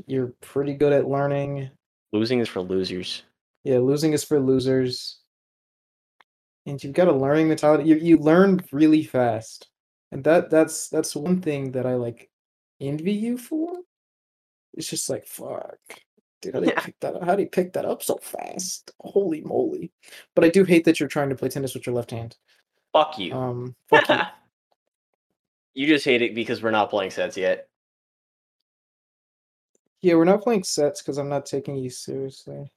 S1: you're pretty good at learning.
S2: Losing is for losers.
S1: Yeah, losing is for losers. And you've got a learning mentality. You you learn really fast. And that that's that's one thing that I like envy you for.
S3: It's just like fuck. Dude, how do you pick that up? How do you pick that up so fast? Holy moly. But I do hate that you're trying to play tennis with your left hand.
S2: Fuck you.
S1: Uh,
S3: Um fuck you.
S2: you just hate it because we're not playing sets yet.
S3: Yeah, we're not playing sets because I'm not taking you seriously.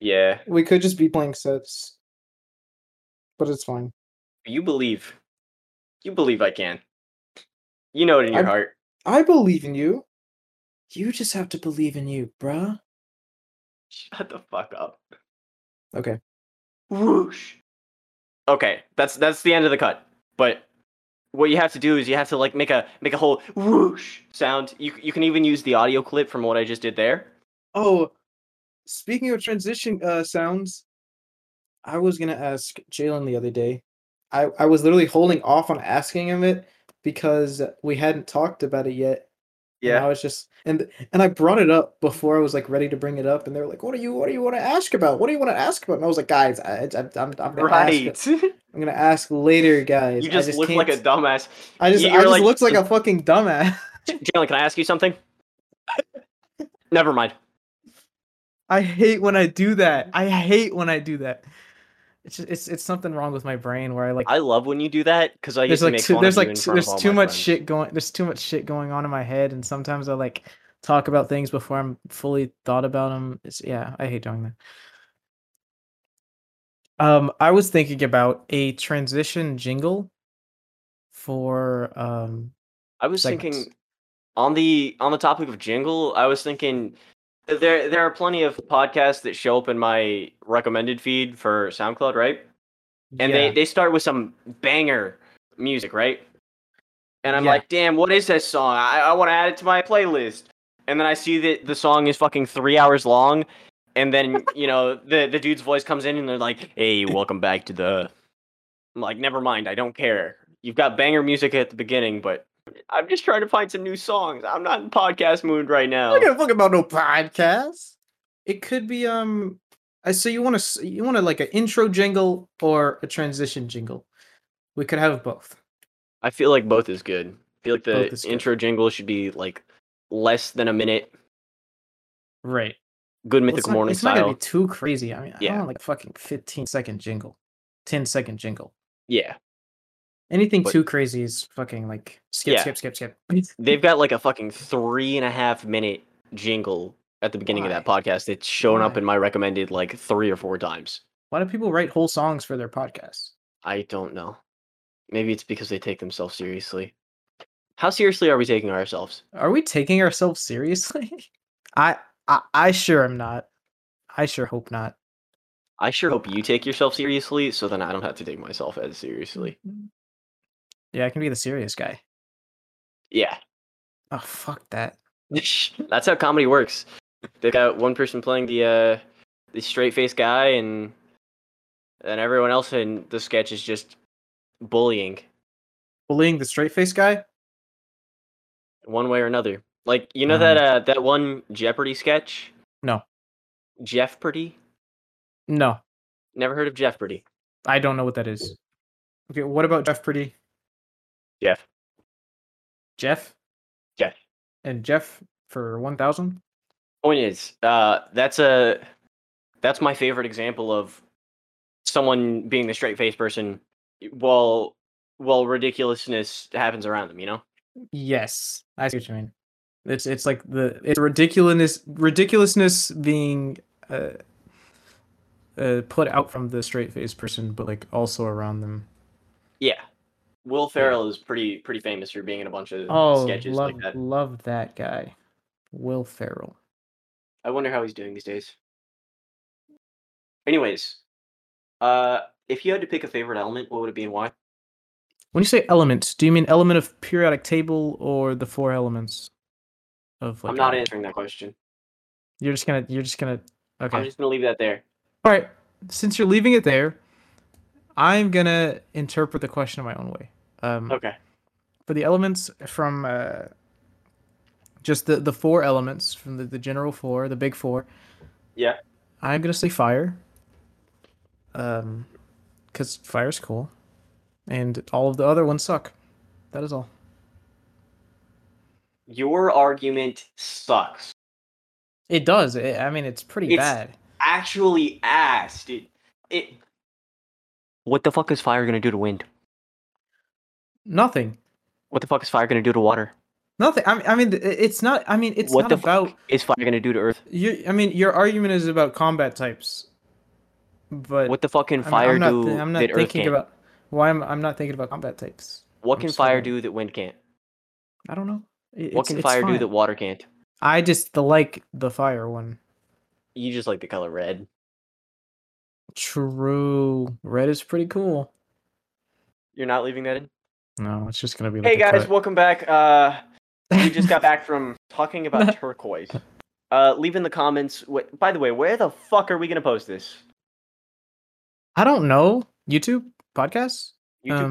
S2: Yeah.
S3: We could just be playing sets. But it's fine.
S2: You believe. You believe I can. You know it in your
S3: I'm-
S2: heart.
S3: I believe in you. You just have to believe in you, bruh.
S2: Shut the fuck up.
S3: Okay.
S2: Whoosh. Okay, that's that's the end of the cut. But what you have to do is you have to like make a make a whole whoosh sound. You you can even use the audio clip from what I just did there.
S3: Oh, speaking of transition uh, sounds, I was gonna ask Jalen the other day. I I was literally holding off on asking him it because we hadn't talked about it yet. And I was just and and I brought it up before I was like ready to bring it up, and they were like, "What do you What do you want to ask about? What do you want to ask about?" And I was like, "Guys, I, I, I'm I'm gonna
S2: right.
S3: Ask, I'm gonna ask later, guys.
S2: you
S3: I
S2: just, look
S3: can't-
S2: like a dumbass.
S3: I just
S2: you-
S3: I
S2: you're
S3: just
S2: like-
S3: looked like a fucking dumbass.
S2: Jalen, can I ask you something? Never mind.
S1: I hate when I do that.
S2: Mm-hmm.
S1: I hate when I do that. It's just, it's it's something wrong with my brain where I like
S2: I love when you do that because I used
S1: there's
S2: to
S1: like
S2: make
S1: too,
S2: fun
S1: there's
S2: of
S1: like
S2: you in
S1: too,
S2: front of
S1: there's
S2: all
S1: too
S2: my
S1: much
S2: friends.
S1: shit going there's too much shit going on in my head and sometimes I like talk about things before I'm fully thought about them. It's yeah, I hate doing that. Um I was thinking about a transition jingle for um
S2: I was thinking
S1: segments.
S2: on the on the topic of jingle, I was thinking uh, there there are plenty of podcasts that show up in my recommended feed for SoundCloud, right? And
S1: yeah.
S2: they, they start with some banger music, right? And I'm
S1: Yeah.
S2: like, damn, what is this song? I, I want to add it to my playlist. And then I see that the song is fucking three hours long. And then, you know, the, the dude's voice comes in and they're like, hey, welcome back to the. I'm like, never mind. I don't care. You've got banger music at the beginning, but I'm just trying to find some new songs. I'm not in podcast mood right now.
S3: I don't give a fuck about no podcast. Oh. It could be um. I so you want to you want to like an intro jingle or a transition jingle. We could have both.
S2: I feel like both is good. I feel like
S1: Both
S2: the
S1: is good.
S2: intro jingle should be like less than a minute.
S1: Right.
S2: Good
S3: Well,
S2: Mythic
S3: it's not,
S2: Morning
S3: it's not gonna
S2: style.
S3: be too crazy. I mean, I
S2: Yeah.
S3: don't want like a fucking fifteen second jingle, 10 second jingle.
S2: Yeah.
S3: Anything
S2: But-
S3: too crazy is fucking like skip,
S2: Yeah.
S3: skip, skip, skip.
S2: They've got like a fucking three and a half minute jingle at the beginning of that podcast. It's shown up
S3: Why?
S2: in my recommended like three or four times.
S3: Why do people write whole songs for their podcasts?
S2: I don't know. Maybe it's because they take themselves seriously. How seriously are we taking ourselves?
S1: Are we taking ourselves seriously? I I, I sure am not. I sure hope not.
S2: I sure hope you take yourself seriously so then I don't have to take myself as seriously.
S1: Yeah, I can be the serious guy.
S2: Yeah.
S1: Oh fuck that.
S2: That's how comedy works. They got one person playing the uh the straight faced guy and then everyone else in the sketch is just bullying.
S1: Bullying the straight face guy?
S2: one way or another. Like you know that uh that one Jeopardy
S1: Mm-hmm.
S2: sketch?
S1: No.
S2: Jeff Purdy?
S1: No,
S2: Never heard of Jeff Purdy.
S1: I don't know what that is. Okay, what about Jeff Pretty?
S2: Jeff.
S1: Jeff?
S2: Jeff.
S1: And Jeff for one thousand?
S2: Point is, uh that's a that's my favorite example of someone being the straight face person while while ridiculousness happens around them, you know?
S1: Yes, I see what you mean. It's it's like the it's ridiculousness ridiculousness being uh, uh put out from the straight face person, but like also around them.
S2: Yeah. Will Ferrell is pretty pretty famous for being in a bunch of
S1: Oh,
S2: sketches
S1: love
S2: like that.
S1: love that guy, Will Ferrell.
S2: I wonder how he's doing these days. Anyways, uh, if you had to pick a favorite element, what would it be and why?
S1: When you say elements, do you mean element of periodic table or the four elements of like?
S2: I'm not
S1: element?
S2: answering that question.
S1: You're just gonna you're just gonna okay.
S2: I'm just gonna leave that there.
S1: All right, since you're leaving it there, I'm gonna interpret the question in my own way. Um,
S2: Okay.
S1: for the elements from uh, just the, the four elements from the, the general four, the big four,
S2: Yeah.
S1: I'm gonna say fire. Um, cause fire's cool, and all of the other ones suck. That is all.
S2: your argument sucks.
S1: It does. It, I mean, it's pretty
S2: It's-
S1: bad.
S2: Actually asked it. It. What the fuck is fire gonna do to wind?
S1: Nothing.
S2: What the fuck is fire gonna do to water?
S1: Nothing. I mean, I mean, th- it's not. I mean, it's
S2: what
S1: not
S2: the
S1: about.
S2: fuck is fire gonna do to earth?
S1: You. I mean, your argument is about combat types, but
S2: What the fuck can
S1: I mean,
S2: fire
S1: I'm not,
S2: do
S1: thi- I'm not
S2: that earth
S1: thinking
S2: can't?
S1: about. Why am I'm not thinking about combat types?
S2: what
S1: I'm
S2: can
S1: just
S2: fire
S1: gonna-
S2: do that wind can't?
S1: I don't know. It-
S2: What
S1: it's-
S2: can
S1: it's
S2: fire do
S1: fine.
S2: that water can't?
S1: I just the like the fire one.
S2: You just like the color red.
S1: True. Red is pretty cool.
S2: You're not leaving that in.
S1: No, it's just gonna be.
S2: Hey
S1: like a
S2: guys,
S1: cut.
S2: welcome back. Uh, we just got back from talking about turquoise. Uh, leave in the comments. Wh- by the way, where the fuck are we gonna post this?
S1: I don't know. YouTube podcasts?
S2: YouTube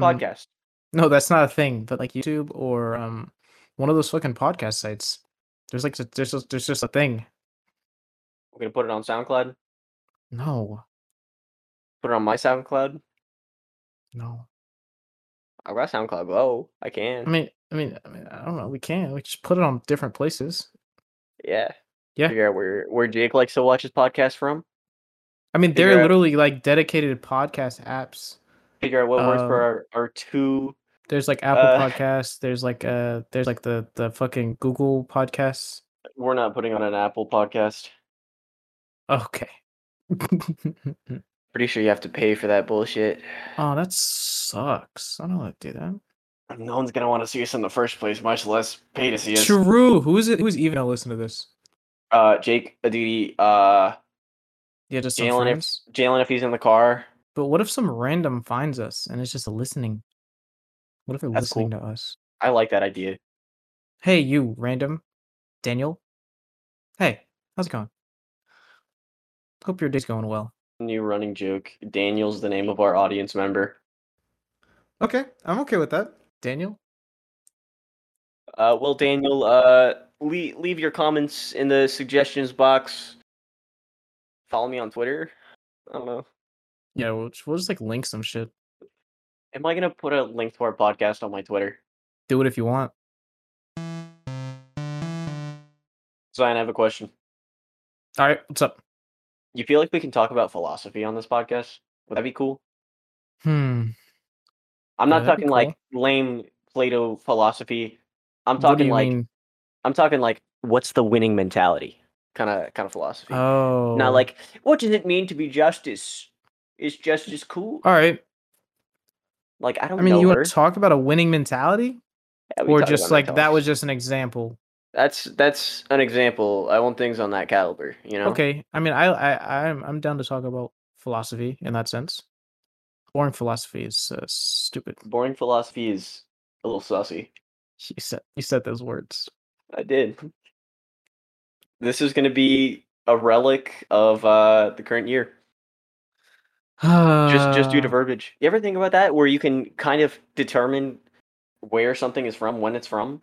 S1: Um,
S2: podcast.
S1: No, that's not a thing. But like YouTube or um, one of those fucking podcast sites. There's like just- there's just, there's just a thing.
S2: We're gonna put it on SoundCloud.
S1: No,
S2: Put it on my SoundCloud.
S1: no.
S2: I got SoundCloud. Oh, I can.
S1: I mean, I mean, I mean, I don't know. We can't. We just put it on different places.
S2: yeah.
S1: Yeah.
S2: Figure out where where Jake likes to watch his podcast from.
S1: I mean,
S2: Figure
S1: they're
S2: out-
S1: literally like dedicated podcast apps.
S2: Figure out what works
S1: Um,
S2: for our, our two.
S1: There's like Apple
S2: Uh,
S1: Podcasts. There's like uh, there's like the the fucking Google Podcasts.
S2: We're not putting on an Apple podcast.
S1: Okay.
S2: Pretty sure you have to pay for that bullshit.
S1: oh, that sucks. I don't want to do that.
S2: No one's gonna want to see us in the first place, much less pay to see us.
S1: True. Who is it? Who's even gonna listen to this?
S2: Uh, Jake, Aditi, uh,
S1: Yeah, just some
S2: Jalen, if,
S1: friends.
S2: Jalen, if he's in the car,
S1: But what if some random finds us and it's just listening? What if they're
S2: That's
S1: listening to us?
S2: I like that idea.
S1: Hey, you random, Daniel. Hey, how's it going? Hope your day's going well.
S2: New running joke. Daniel's the name of our audience member.
S1: Okay, I'm okay with that. Daniel.
S2: Uh, well, Daniel, uh, leave, leave your comments in the suggestions box. Follow me on Twitter. I don't know.
S1: Yeah, we'll, just- we'll just like link some shit.
S2: Am I gonna put a link to our podcast on my Twitter?
S1: Do it if you want.
S2: Zion, I have a question.
S1: All right, what's up?
S2: You feel like we can talk about philosophy on this podcast? Would that be cool?
S1: Hmm.
S2: I'm not
S1: Yeah, that'd be
S2: talking like lame Plato philosophy. I'm
S1: what do
S2: talking
S1: you
S2: like
S1: mean?
S2: I'm talking like what's the winning mentality kind of kind of philosophy.
S1: Oh.
S2: Not like what does it mean to be justice? Is justice cool?
S1: All right.
S2: Like I don't
S1: I mean,
S2: know
S1: you
S2: her.
S1: want to talk about a winning mentality,
S2: Yeah, we
S1: or
S2: talked
S1: just
S2: about
S1: like that
S2: mentality.
S1: was just an example?
S2: that's that's an example. I want things on that caliber, you know.
S1: Okay, I mean, I, I, I'm, I'm down to talk about philosophy in that sense. Boring philosophy is uh, stupid.
S2: Boring philosophy is a little sussy.
S1: You said, you said those words.
S2: I did. This is going to be a relic of uh the current year. Just just due to
S1: Uh,
S2: verbiage. You ever think about that where you can kind of determine where something is from, when it's from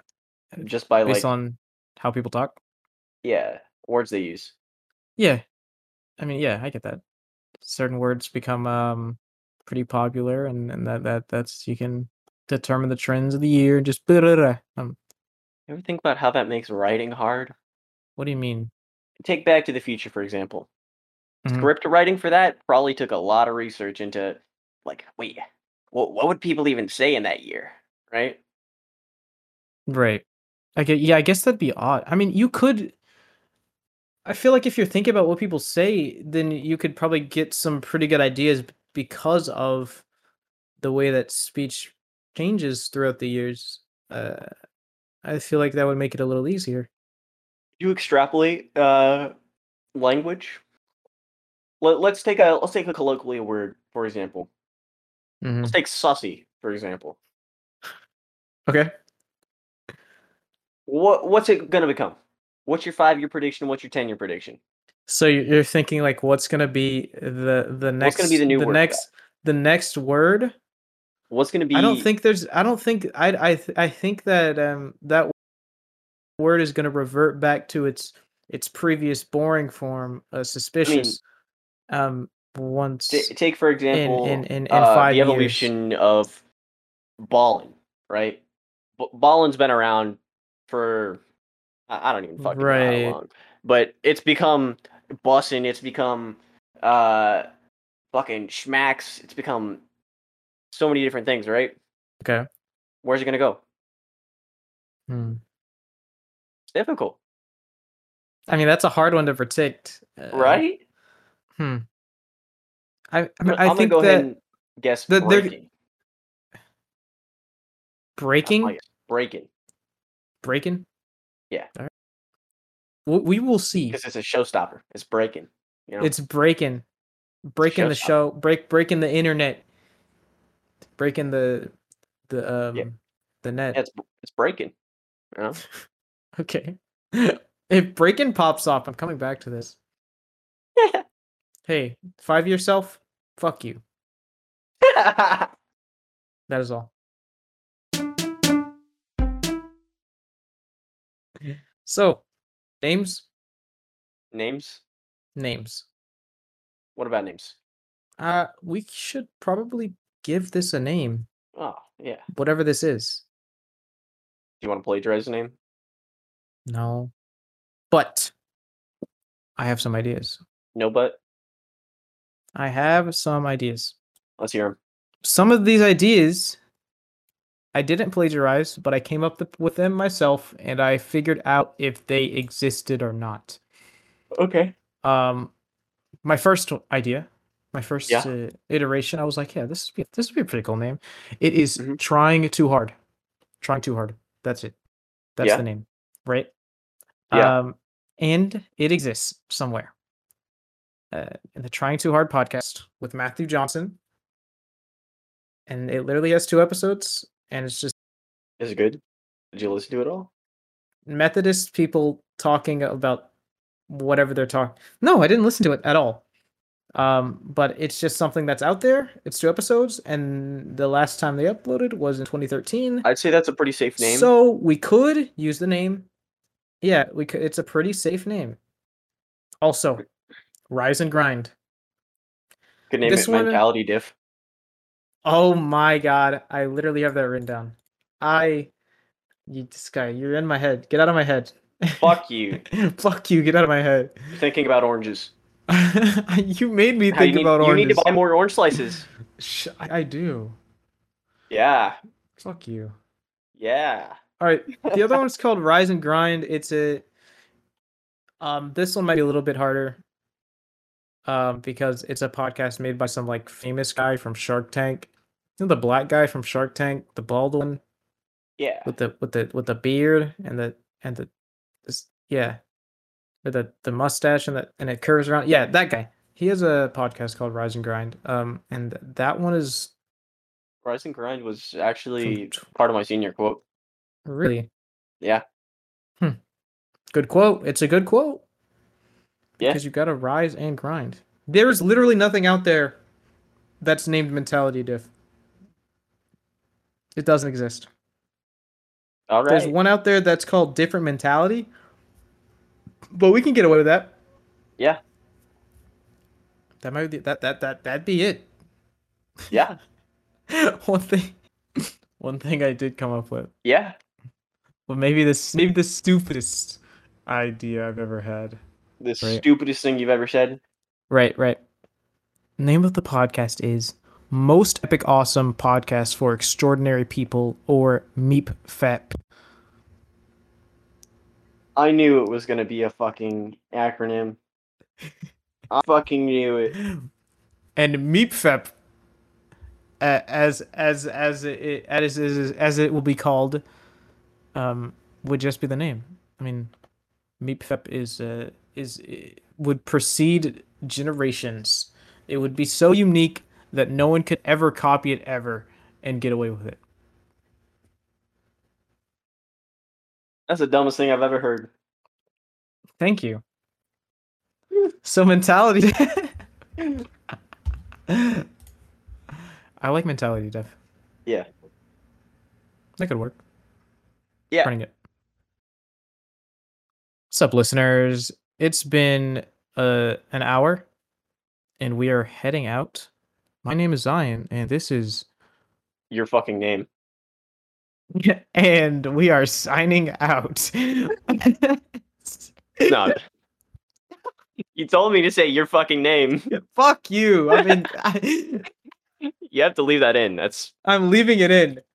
S2: just by
S1: based
S2: like
S1: on how people talk.
S2: yeah, words they use.
S1: Yeah, I mean, yeah, I get that. Certain words become um pretty popular, and and that that that's you can determine the trends of the year. and Just um,
S2: You ever think about how that makes writing hard?
S1: what do you mean?
S2: Take Back to the Future for example.
S1: Mhm.
S2: Script writing for that probably took a lot of research into like wait, what what would people even say in that year, right?
S1: Right. I get, yeah, I guess that'd be odd. I mean, you could. I feel like if you're thinking about what people say, then you could probably get some pretty good ideas b- because of the way that speech changes throughout the years. Uh, I feel like that would make it a little easier.
S2: you extrapolate uh, language. Let, let's take a let's take a colloquial word for example.
S1: Mm-hmm.
S2: Let's take sussy for example.
S1: Okay.
S2: What what's it gonna become? What's your five year prediction? What's your ten year prediction?
S1: So you- you're thinking like, what's gonna be the the next?
S2: What's gonna be the new
S1: the
S2: word?
S1: next the next word?
S2: What's gonna be?
S1: I don't think there's. I don't think. I. I. th- I think that um that word is going to revert back to its its previous boring form, uh, suspicious. um, once
S2: ta- take for example
S1: in- in
S2: uh,
S1: five
S2: the
S1: years.
S2: evolution of ballin, right? B- ballin's been around for I I don't even fucking know
S1: Right.
S2: how long. But it's become Bussin, it's become uh fucking schmacks, it's become so many different things, right?
S1: Okay.
S2: Where's it gonna go?
S1: Hmm.
S2: It's difficult.
S1: I mean, that's a hard one to predict. uh,
S2: Right?
S1: I, I, mean,
S2: But
S1: I
S2: I'm
S1: think
S2: gonna go
S1: that
S2: ahead and guess
S1: that they're-
S2: breaking.
S1: breaking,
S2: I guess breaking.
S1: breaking.
S2: Yeah.
S1: All right. We, we will see.
S2: Because it's a showstopper. It's breaking. You know?
S1: It's breaking, breaking the
S2: showstopper.
S1: show, break breaking the internet, breaking the the um
S2: Yeah.
S1: the net.
S2: Yeah, it's it's breaking. You know?
S1: Okay. if breaking pops off, I'm coming back to this. Hey, five yourself. Fuck you. That is all. So, names,
S2: names?
S1: names.
S2: What about names?
S1: Uh, we should probably give this a name,
S2: Oh, yeah. Do
S1: whatever this is.
S2: you want to plagiarize the name?
S1: No, but I have some ideas.
S2: No, but
S1: I have some ideas.
S2: let's hear him.
S1: Some of these ideas I didn't plagiarize, but I came up th- with them myself, and I figured out if they existed or not.
S2: Okay.
S1: um my first o- idea my first
S2: Yeah.
S1: uh, iteration i was like yeah this would be this would be a pretty cool name it is
S2: Mhm.
S1: trying too hard trying too hard that's it that's
S2: Yeah.
S1: the name right
S2: Yeah.
S1: um and it exists somewhere uh, in the trying too hard podcast with matthew johnson and it literally has two episodes and it's just
S2: Is it good? Did you listen to it all?
S1: methodist people talking about whatever they're talking. No, I didn't listen to it at all. Um, but it's just something that's out there. It's two episodes, and the last time they uploaded was in 2013.
S2: I'd say that's a pretty safe name.
S1: So we could use the name. Yeah, we could. It's a pretty safe name. Also, rise and grind.
S2: Could name
S1: this
S2: it
S1: one-
S2: Mentality Diff.
S1: Oh my god, I literally have that written down. I, you, this guy, you're in my head. Get out of my head.
S2: Fuck you.
S1: Fuck you. Get out of my head.
S2: Thinking about oranges.
S1: you made me
S2: How you
S1: think
S2: need,
S1: about
S2: you
S1: oranges.
S2: need to buy more orange slices.
S1: Sh- I I do.
S2: Yeah.
S1: Fuck you.
S2: Yeah.
S1: All right. The other one's called Rise and Grind. It's a. Um, this one might be a little bit harder. Um, because it's a podcast made by some like famous guy from Shark Tank. You know, the black guy from Shark Tank, the bald one
S2: Yeah.
S1: with the with the with the beard and the and the, this, yeah, with the the mustache and the and it curves around. Yeah, that guy. He has a podcast called Rise and Grind. Um, and that one is
S2: Rise and Grind was
S1: from
S2: actually
S1: tw-
S2: part of my senior quote.
S1: Really?
S2: Yeah.
S1: Hmm. Good quote. It's a good quote.
S2: Yeah.
S1: Because you've got to rise and grind. There's literally nothing out there that's named mentality diff. It doesn't exist.
S2: All
S1: There's
S2: right.
S1: one out there that's called different mentality. But we can get away with that.
S2: Yeah.
S1: That might be that that that that'd be it.
S2: Yeah.
S1: one thing one thing I did come up with.
S2: Yeah.
S1: Well maybe this maybe the stupidest idea I've ever had.
S2: The
S1: Right.
S2: stupidest thing you've ever said.
S1: Right, right. Name of the podcast is Most Epic Awesome Podcast for Extraordinary People or Meep Fap.
S2: I knew it was gonna be a fucking acronym. I fucking knew it.
S1: And Meep Fap uh, as as as it as, as as it will be called um would just be the name. I mean Meep Fap is uh, is uh, would precede generations. It would be so unique that no one could ever copy it ever and get away with it.
S2: That's the dumbest thing I've ever heard.
S1: Thank you. So mentality. I like mentality, Dev.
S2: Yeah.
S1: That could work.
S2: Yeah.
S1: Running it. What's up, listeners? It's been uh, an hour, and we are heading out. My name is Zion, and this is
S2: Your fucking name.
S1: and we are signing out.
S2: No. you told me to say your fucking name.
S1: Fuck you. I mean, I,
S2: You have to leave that in. That's
S1: I'm leaving it in.